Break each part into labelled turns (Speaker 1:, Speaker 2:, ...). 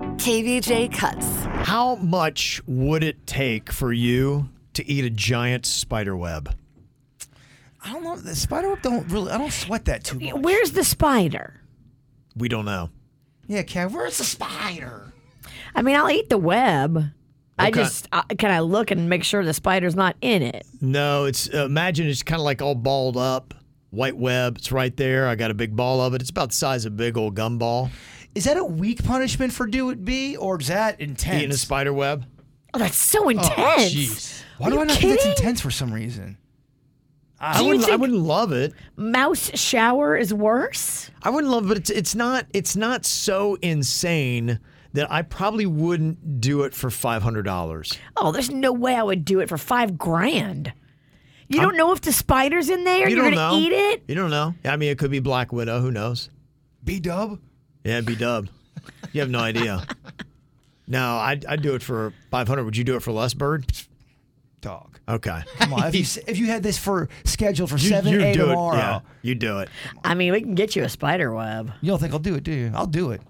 Speaker 1: KVJ cuts.
Speaker 2: How much would it take for you to eat a giant spider web?
Speaker 3: I don't know. The spider web don't really. I don't sweat that too much.
Speaker 4: Where's the spider?
Speaker 2: We don't know.
Speaker 3: Yeah, Kev. Where's the spider?
Speaker 4: I mean, I'll eat the web. I
Speaker 2: Okay.
Speaker 4: just uh, can I look and make sure the spider's not in it.
Speaker 2: No, it's uh, imagine it's kind of like all balled up, white web. It's right there. I got a big ball of it. It's about the size of a big old gumball.
Speaker 3: Is that a weak punishment for do it be, or is that intense?
Speaker 2: Eating a spider web.
Speaker 4: Oh, that's so
Speaker 3: Oh,
Speaker 4: intense.
Speaker 3: jeez. Why
Speaker 4: Are
Speaker 3: do
Speaker 4: you
Speaker 3: I not think
Speaker 4: kidding?
Speaker 3: that's intense for some reason?
Speaker 2: I wouldn't. I wouldn't love it.
Speaker 4: Mouse shower is worse.
Speaker 2: I wouldn't love, it, but it's it's not it's not so insane that I probably wouldn't do it for five hundred dollars.
Speaker 4: Oh, there's no way I would do it for five grand. You don't know if the spider's in there.
Speaker 2: You
Speaker 4: are
Speaker 2: don't
Speaker 4: gonna
Speaker 2: know.
Speaker 4: eat it.
Speaker 2: You don't know. I mean, it could be Black Widow. Who knows?
Speaker 3: B Dub.
Speaker 2: Yeah, it'd be Dub. You have no idea. No, I'd, I'd do it for five hundred. Would you do it for less, Bird?
Speaker 3: Dog.
Speaker 2: Okay.
Speaker 3: Come on. if, you, s- if you had this for scheduled for
Speaker 2: You-
Speaker 3: seven
Speaker 2: you
Speaker 3: a
Speaker 2: do it.
Speaker 3: tomorrow,
Speaker 2: Yeah, you do it.
Speaker 4: I mean, we can get you a spider web.
Speaker 3: you don't think I'll do it, do you? I'll do it.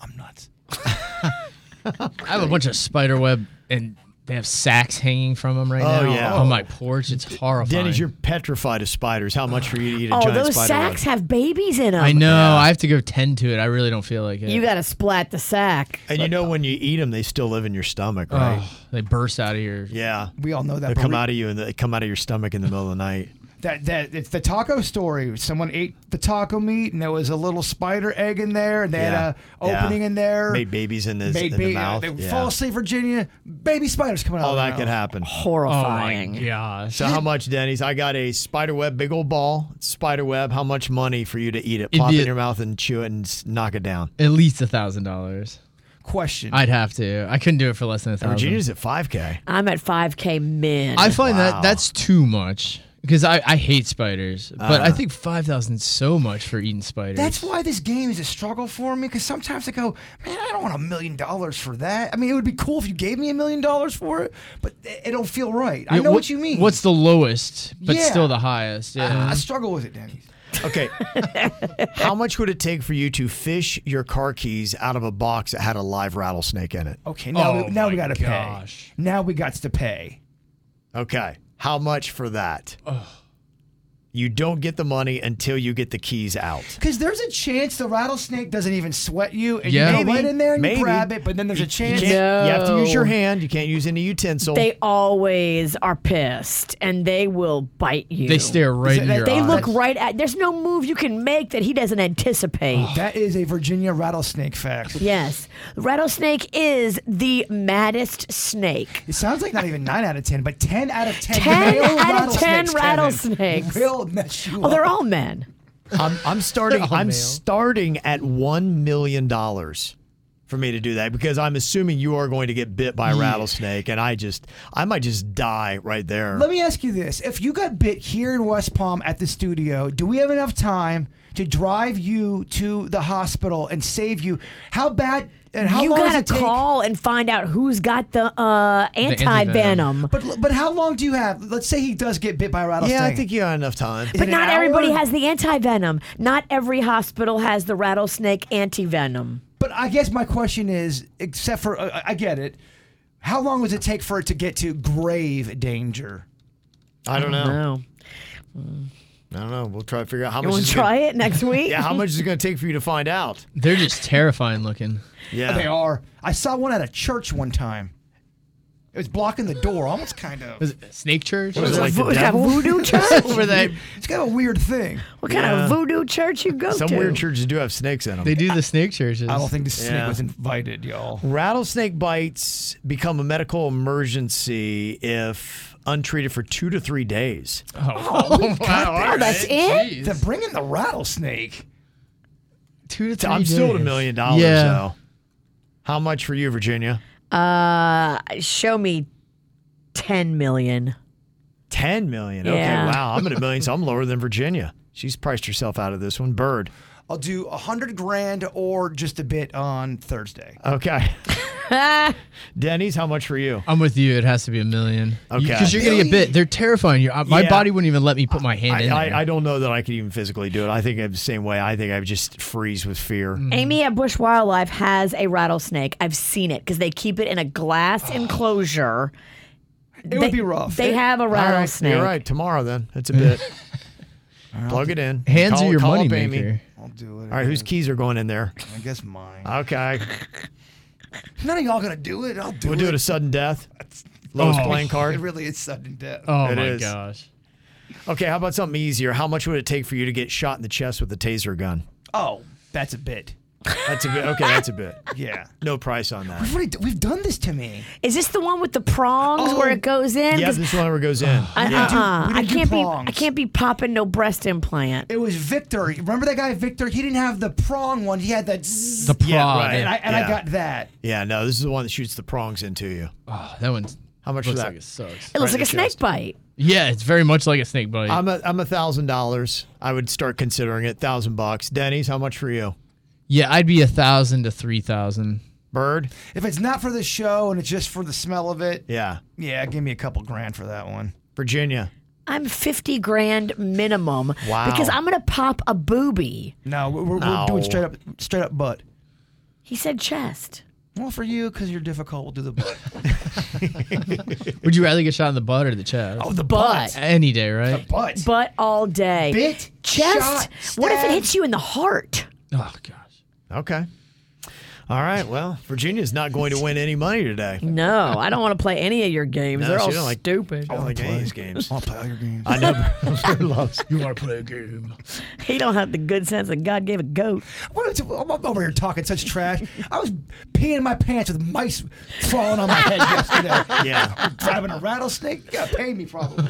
Speaker 3: I'm nuts.
Speaker 5: I have a bunch of spider web and they have sacks hanging from them right
Speaker 2: Oh,
Speaker 5: now
Speaker 2: yeah.
Speaker 5: on my porch. It's horrifying.
Speaker 2: Denny's, you're petrified of spiders. How much for you to eat a
Speaker 4: Oh,
Speaker 2: giant
Speaker 4: those
Speaker 2: spider?
Speaker 4: sacks
Speaker 2: web?
Speaker 4: have babies in them.
Speaker 5: I know. I have to go tend to it. I really don't feel like it.
Speaker 4: You got to splat the sack.
Speaker 2: and you know when you eat them, they still live in your stomach, right?
Speaker 5: oh, they burst out of your
Speaker 2: Yeah.
Speaker 3: We all know that.
Speaker 2: They
Speaker 3: but
Speaker 2: come
Speaker 3: we-
Speaker 2: out of you and they come out of your stomach in the middle of the night.
Speaker 3: That that it's the taco story. Someone ate the taco meat, and there was a little spider egg in there, and they
Speaker 2: Yeah.
Speaker 3: had a opening
Speaker 2: Yeah.
Speaker 3: in there.
Speaker 2: Made babies in, his,
Speaker 3: Made
Speaker 2: in
Speaker 3: ba-
Speaker 2: the mouth.
Speaker 3: uh, They
Speaker 2: Yeah.
Speaker 3: fall asleep, Virginia. Baby spiders coming out.
Speaker 2: All
Speaker 3: of
Speaker 2: that
Speaker 3: their
Speaker 2: could
Speaker 3: mouth.
Speaker 2: happen.
Speaker 5: Oh my
Speaker 4: Horrifying.
Speaker 5: gosh.
Speaker 2: So how much, Denny's? I got a spider web, big old ball, spider web. How much money for you to eat it?
Speaker 5: It'd
Speaker 2: Plop
Speaker 5: be-
Speaker 2: it in your mouth and chew it and s- knock it down.
Speaker 5: At least a thousand dollars.
Speaker 3: Question.
Speaker 5: I'd have to. I couldn't do it for less than a thousand.
Speaker 2: Virginia's at 5K.
Speaker 4: I'm at 5K min.
Speaker 5: I find
Speaker 2: Wow.
Speaker 5: that that's too much because I, I hate spiders, but I think five thousand is so much for eating spiders.
Speaker 3: That's why this game is a struggle for me because sometimes I go, man, I don't want a million dollars for that. I mean, it would be cool if you gave me a million dollars for it, but it it don't feel right. I
Speaker 5: Yeah,
Speaker 3: know what you mean.
Speaker 5: What's the lowest, but
Speaker 3: Yeah. Ah,
Speaker 5: still the highest?
Speaker 3: I,
Speaker 5: Yeah.
Speaker 3: I struggle with it, Danny.
Speaker 2: Okay. how much would it take for you to fish your car keys out of a box that had a live rattlesnake in it?
Speaker 3: Okay, now
Speaker 5: Oh
Speaker 3: we, now we
Speaker 5: my
Speaker 3: gotta
Speaker 5: gosh.
Speaker 3: pay. Now we got to pay.
Speaker 2: Okay. How much for that? You don't get the money until you get the keys out.
Speaker 3: Because there's a chance the rattlesnake doesn't even sweat you, and
Speaker 5: Yeah.
Speaker 3: you go
Speaker 5: Maybe,
Speaker 3: right in there and
Speaker 2: maybe.
Speaker 3: you grab it, but then there's
Speaker 2: You-
Speaker 3: a chance.
Speaker 2: You, can't- you have to use your
Speaker 4: No.
Speaker 2: hand. You can't use any utensil.
Speaker 4: they always are pissed and they will bite you.
Speaker 5: they stare right in
Speaker 3: that-
Speaker 5: your
Speaker 4: They
Speaker 5: eyes.
Speaker 4: look right at. There's no move you can make that he doesn't anticipate.
Speaker 3: That is a Virginia rattlesnake fact.
Speaker 4: Yes, rattlesnake is the maddest snake.
Speaker 3: It sounds like not even nine out of ten, but ten out of ten.
Speaker 4: 10
Speaker 3: real
Speaker 4: out of
Speaker 3: rattlesnakes,
Speaker 4: 10
Speaker 3: Kevin,
Speaker 4: rattlesnakes.
Speaker 3: will mess you
Speaker 4: Oh, they're
Speaker 3: up.
Speaker 4: all men.
Speaker 2: I'm, I'm starting.
Speaker 3: Oh,
Speaker 5: They're all
Speaker 2: I'm
Speaker 5: male.
Speaker 2: starting at one million dollars for me to do that because I'm assuming you are going to get bit by a rattlesnake, and I just, I might just die right there.
Speaker 3: Let me ask you this: If you got bit here in West Palm at the studio, do we have enough time to drive you to the hospital and save you? How bad and how
Speaker 4: you
Speaker 3: long does
Speaker 4: gotta
Speaker 3: it take?
Speaker 4: call and find out who's got the uh, anti venom.
Speaker 5: anti-venom.
Speaker 3: But but how long do you have? Let's say he does get bit by a rattlesnake.
Speaker 2: yeah, I think you got enough time.
Speaker 3: Is
Speaker 4: But
Speaker 3: it an
Speaker 4: not everybody
Speaker 3: hour?
Speaker 4: has the anti venom. Not every hospital has the rattlesnake anti venom.
Speaker 3: But I guess my question is, except for uh, I get it. How long does it take for it to get to grave danger?
Speaker 2: I don't know.
Speaker 4: No.
Speaker 2: I don't know. We'll try to figure out how
Speaker 4: Oh. You
Speaker 2: much.
Speaker 4: want
Speaker 2: it's
Speaker 4: to try
Speaker 2: gonna,
Speaker 4: it next week?
Speaker 2: Yeah, how much is it going to take for you to find out?
Speaker 5: They're just terrifying looking.
Speaker 2: Yeah.
Speaker 3: They are. I saw one at a church one time. It was blocking the door, almost kind of.
Speaker 5: Was it Snake Church?
Speaker 2: What is it, like the
Speaker 4: Vo- it's got
Speaker 2: devil?
Speaker 4: voodoo church?
Speaker 5: Over that,
Speaker 3: It's kind of a weird thing.
Speaker 4: What kind
Speaker 2: Yeah.
Speaker 4: of voodoo church you go
Speaker 2: Some
Speaker 4: to?
Speaker 2: weird churches do have snakes in them.
Speaker 5: they do the snake churches.
Speaker 3: I don't think the snake
Speaker 2: Yeah.
Speaker 3: was invited, y'all.
Speaker 2: Rattlesnake bites become a medical emergency if untreated for two to three days.
Speaker 5: Oh, wow, all
Speaker 4: that's
Speaker 5: right.
Speaker 4: it?
Speaker 3: They're bringing the rattlesnake.
Speaker 5: Two to three
Speaker 2: I'm still at a
Speaker 5: days.
Speaker 2: million dollars
Speaker 5: Yeah.
Speaker 2: though. How much for you, Virginia?
Speaker 4: Uh, Show me 10 million.
Speaker 2: 10 million. Okay,
Speaker 4: Yeah.
Speaker 2: wow. I'm at a million, so I'm lower than Virginia. She's priced herself out of this one. Bird.
Speaker 3: I'll do a hundred grand or just a bit on Thursday.
Speaker 2: Okay. Denny's, how much for you?
Speaker 5: I'm with you. It has to be a million.
Speaker 2: Okay.
Speaker 5: Because you're gonna get bit. They're terrifying. You. I- My
Speaker 2: Yeah.
Speaker 5: body wouldn't even let me put my hand
Speaker 2: I,
Speaker 5: in. there.
Speaker 2: I, I don't know that I could even physically do it. I think I'm the same way. I think I would just freeze with fear.
Speaker 4: Amy at Bush Wildlife has a rattlesnake. I've seen it because they keep it in a glass enclosure.
Speaker 3: It would be rough.
Speaker 4: They have a
Speaker 2: All right,
Speaker 4: rattlesnake.
Speaker 2: You're right. Tomorrow then. That's a bit. Plug it in.
Speaker 5: Hands
Speaker 2: Call-
Speaker 5: are your
Speaker 2: call up
Speaker 5: money
Speaker 2: Amy.
Speaker 5: maker.
Speaker 3: I'll do it.
Speaker 2: All right, whose keys are going in there?
Speaker 3: I guess mine.
Speaker 2: Okay.
Speaker 3: None of y'all gonna do it. I'll do
Speaker 2: We'll
Speaker 3: it.
Speaker 2: do it a sudden death. Lowest
Speaker 5: Oh.
Speaker 2: playing
Speaker 3: It
Speaker 2: card.
Speaker 3: really is sudden death.
Speaker 5: Oh
Speaker 2: It
Speaker 5: my
Speaker 2: is.
Speaker 5: gosh.
Speaker 2: Okay, how about something easier? How much would it take for you to get shot in the chest with a taser gun?
Speaker 3: Oh, that's a bit.
Speaker 2: That's a bit. Okay, that's a bit.
Speaker 3: Yeah.
Speaker 2: No price on that.
Speaker 3: We've, already, d- we've done this to me.
Speaker 4: Is this the one with the prongs
Speaker 3: Oh.
Speaker 4: where it goes in?
Speaker 2: Yeah,
Speaker 4: 'Cause-
Speaker 2: this one ever goes in.
Speaker 4: uh,
Speaker 2: Yeah.
Speaker 4: uh-uh.
Speaker 3: we
Speaker 4: I
Speaker 3: didn't do
Speaker 4: can't be. I
Speaker 3: prongs.
Speaker 4: can't be popping no breast implant.
Speaker 3: It was Victor. Remember that guy Victor? He didn't have the prong one. He had the. zzz,
Speaker 5: The prod.
Speaker 2: Yeah, right.
Speaker 3: and I, and
Speaker 2: Yeah.
Speaker 3: I got that.
Speaker 2: Yeah, no, this is the one that shoots the prongs into you.
Speaker 5: Oh, that one's.
Speaker 2: How much
Speaker 5: looks
Speaker 2: for that?
Speaker 5: like it sucks.
Speaker 4: It
Speaker 2: Right in
Speaker 4: looks like a
Speaker 2: the
Speaker 4: snake
Speaker 2: chest.
Speaker 4: bite.
Speaker 5: Yeah, it's very much like a snake bite.
Speaker 2: I'm a I'm a thousand dollars. I would start considering it. Thousand bucks. Denny's, how much for you?
Speaker 5: yeah, I'd be a thousand to three thousand.
Speaker 2: Bird?
Speaker 3: If it's not for the show and it's just for the smell of it,
Speaker 2: Yeah.
Speaker 3: yeah, give me a couple grand for that one.
Speaker 2: Virginia.
Speaker 4: I'm fifty grand minimum.
Speaker 2: Wow.
Speaker 4: Because I'm gonna pop a booby.
Speaker 3: No, we're, we're
Speaker 2: No.
Speaker 3: doing straight up, straight up butt.
Speaker 4: He said chest.
Speaker 3: Well, for you, because you're difficult, we'll do the butt.
Speaker 5: Would you rather get shot in the butt or the chest?
Speaker 3: oh, the
Speaker 4: Butt.
Speaker 3: butt.
Speaker 5: Any day, right?
Speaker 3: Butt.
Speaker 4: But all day.
Speaker 3: Bit.
Speaker 4: Chest.
Speaker 3: shot,
Speaker 4: what if it
Speaker 3: stabbed.
Speaker 4: hits you in the heart?
Speaker 5: Oh gosh.
Speaker 2: Okay. All right. Well, Virginia's not going to win any money today.
Speaker 4: No, I don't want to play any of your games.
Speaker 2: No,
Speaker 4: They're
Speaker 2: she
Speaker 4: all
Speaker 2: don't like- Oh.
Speaker 4: stupid.
Speaker 2: I don't like any of these games.
Speaker 3: I'll play all your games.
Speaker 2: I know Bird loves.
Speaker 5: You want to play a game?
Speaker 4: He don't have the good sense that God gave a goat.
Speaker 3: What am I- I'm over here talking such trash. I was peeing my pants with mice falling on my head yesterday.
Speaker 2: Yeah.
Speaker 3: Driving a rattlesnake? You gotta pay me probably.